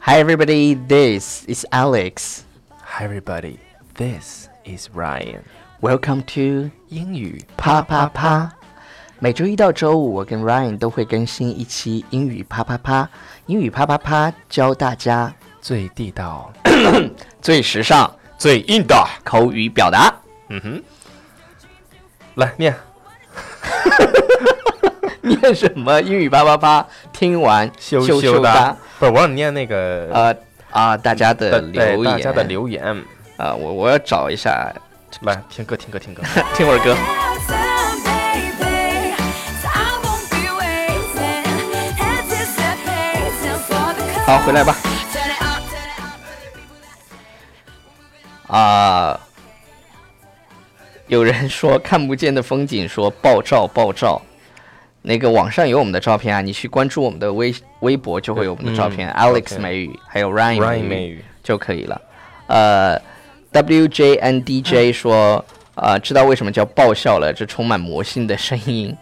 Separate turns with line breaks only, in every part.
Hi everybody, this is Alex.
Hi everybody, this is Ryan.
Welcome to
英语
啪啪啪。每周一到周五，我跟 Ryan 都会更新一期英语啪啪啪。英语啪啪啪，教大家
最地道。
最时尚、
最硬的。
口语表达。
来念，
念什么？英语啪啪啪，听完
羞
羞
羞
哒。
不是我让你念那个
呃啊，大家的
对对
留言，
大家的留言。
啊，我我要找一下，
来听歌，听 歌，听歌。
听会儿歌。
好，
好，
回
回
来
来
吧
吧。。啊、有人说看不见的风景说爆照爆照，那个网上有我们的照片啊，你去关注我们的微微博就会有我们的照片、
嗯
a l e x
OK
美语还有 Ryan
Ryan
美
美
语
语
就可以了。呃，WJNDJ
嗯
说、呃，知道为什么叫爆笑了，这充满魔性的声音。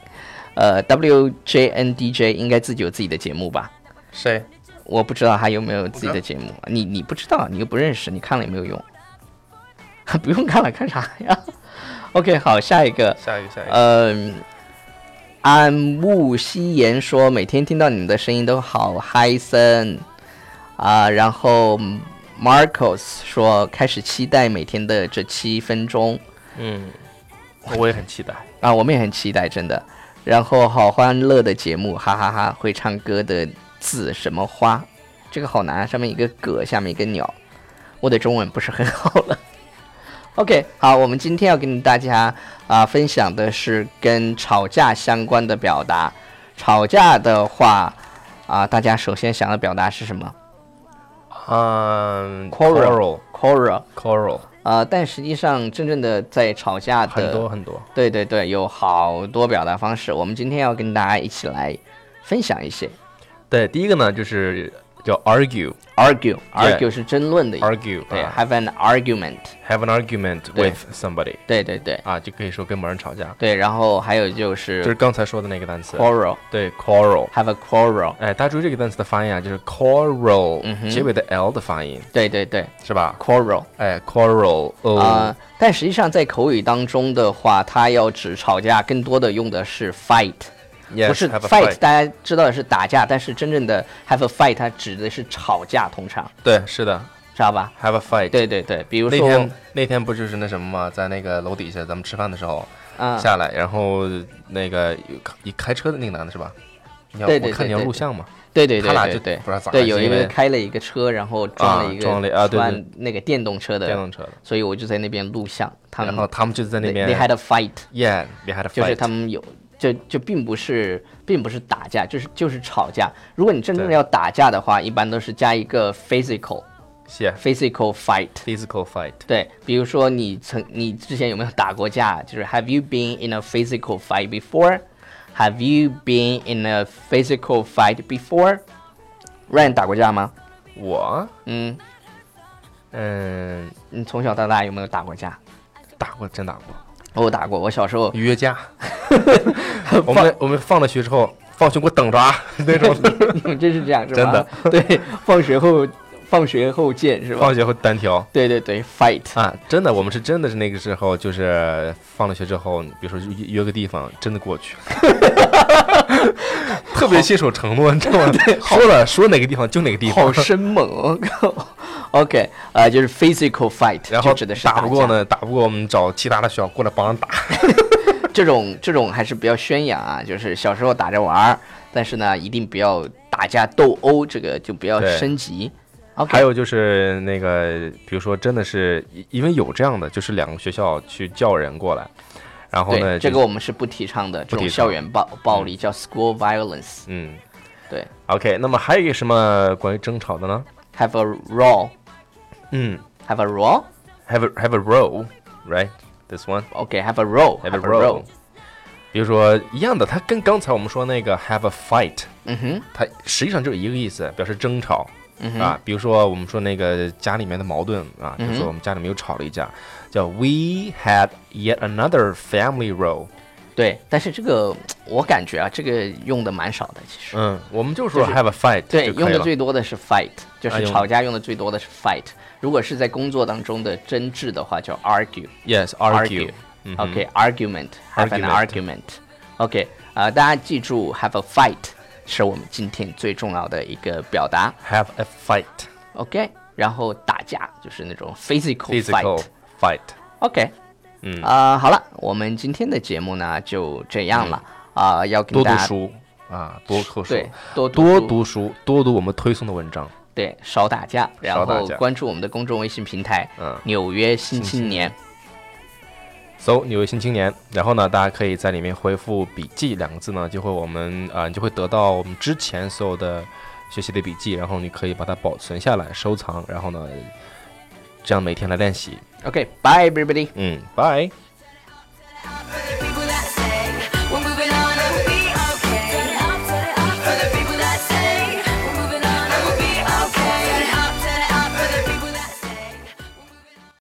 呃，WJNDJ 应该自己有自己的节目吧？
谁？
我不知道他有没有自己
我
的
知道
节目，你你不知道，你又不认识，你看了也没有用， 不用看了，看啥呀？OK，好，下一个，
下一个，下一个。
嗯、安慕希言说每天听到你们的声音都好嗨森啊、然后 Marcos 说开始期待每天的这七分钟
嗯，我也很期待。
啊、我们也很期待，真的。然后好欢乐的节目，哈哈哈会唱歌的字什么花？这个好难啊，上面一个葛，下面一个鸟。我的中文不是很好了。OK，好，我们今天要跟大家啊、分享的是跟吵架相关的表达。吵架的话啊、大家首先想的表达是什么
嗯
Quarrel？Quarrel。
，Coral，
啊，但实际上真正的在吵架的
很多很多。
对对对，有好多表达方式，我们今天要跟大家一起来分享一些。
对，第一个呢就是叫 argue，argue，
Argue，argue
Yeah
是争论的意思，对、
啊
h a v e an argument，
have an argument
对
with somebody
对对对
啊，就可以说跟某人吵架，
对，然后还有就
就是
是
刚才说的那个单词。
quarrel，have
对，quarrel。
a quarrel，
哎，大家注意这个单词的发音啊，就是 quarrel、
嗯哼
结尾的 l 的发音
对对对
是吧？
，quarrel
哎，quarrel 哦、
啊、但实际上在口语当中的话，它要指吵架，更多的用的是 fight。
yes,
不是
have a
fight，大家知道的是打架，但是真正的 have a fight，它指的是吵架，通常
对，是的
知道吧？
，have a fight。，
对对对，比如
那
说，
天那天不就是那什么吗？在那个楼底下咱们吃饭的时候、
嗯，
下来，然后那个有你开车的那个男的是吧？你要
对对
我看
对
你要
对
录
对
像嘛？
对对
他
对
俩
对
就
对
不知道咋，
对
是
有一
因
个
为
开了一个车，然后装了一个
装了啊对对
穿那个电动车的
电动车的
所以我就在那边录像，他们
然后他们就在那
they-
边
they had a fight，
，yeah，they had a fight，
就是他们有就就并不是并不是打架，就是就是吵架。如果你真正的
对
要打架的话，一般都是加一个 physical
yeah
physical fight。
physical fight。
对，比如说你曾你之前有没有打过架？就是 Have you been in a physical fight before? Have you been in a physical fight before? Ryan 打过架吗？
我
嗯，
嗯，
你从小到大有没有打过架？
打过，真打过，
我打过，我小时候
约架。 我们我们放了学之后，放学给我等着啊，那种
你们 真是这样是吧？
真的，
对，放学后放学后见是吧？
放学后单挑。
对对对，fight，
啊，真的，我们是真的是那个时候，就是放了学之后，比如说约约个地方，真的过去， 特别信守承诺，你 知道吗？说了说哪个地方就哪个地
好
方，
生猛哦！OK，呃，就是 physical fight，
然后
就指的是
打不过
架
呢，打不过我们找其他的学校过来帮着打。
这种这种还是比较宣扬啊，就是小时候打着玩儿，但是呢，一定不要打架斗殴，这个就不要
对
升级。OK，
还有就是那个，比如说真的是因因为有这样的，就是两个学校去叫人过来，然后
对
呢，
这
就
个我们是不提倡的，这
不
种
提
校
倡
园暴暴力叫 school violence。
嗯
对
，OK，那么还有一个什么关于争吵的呢？
，have a row，have
嗯
a row。
，have a, have a row right this one。
OK，have、a row，have
have a row。比如说一样的，它跟刚才我们说那个 have a fight，
嗯哼，
它实际上就是一个意思，表示争吵、
嗯哼，嗯
啊。比如说我们说那个家里面的矛盾啊，比如说我们家里面又吵了一架，叫 we had yet another family row，
对，但是这个我感觉啊，这个用的蛮少的，其实。
嗯，我们就说
就是
have a fight
对，
就可以
用的
了
最多的是 fight，就
哎
是
用
吵架用的最多的是 fight。如果是在工作当中的争执的话，叫 argue。
yes
argue
argue，嗯哼
OK，argument，have an argument。OK，呃，大家记住 have a fight 是我们今天最重要的一个表达。
have a fight
OK，然后打架就是那种 physical
physical
fight。
fight，
OK，
嗯
啊、好了，我们今天的节目呢就这样了啊、要跟
嗯多
大
读
家
书啊，多扣书，
对多
多
读
读书，多读我们推送的文章。
对少打架，然
少打
后
架
关注我们的公众微信平台《
嗯
纽约新青年》。
搜“纽约新青年”，然后呢，大家可以在里面回复“笔记”两个字呢，就会我们啊、呃你就会得到我们之前所有的学习的笔记，然后你可以把它保存下来、收藏，然后呢，这样每天来练习。
OK，bye everybody。
嗯，拜。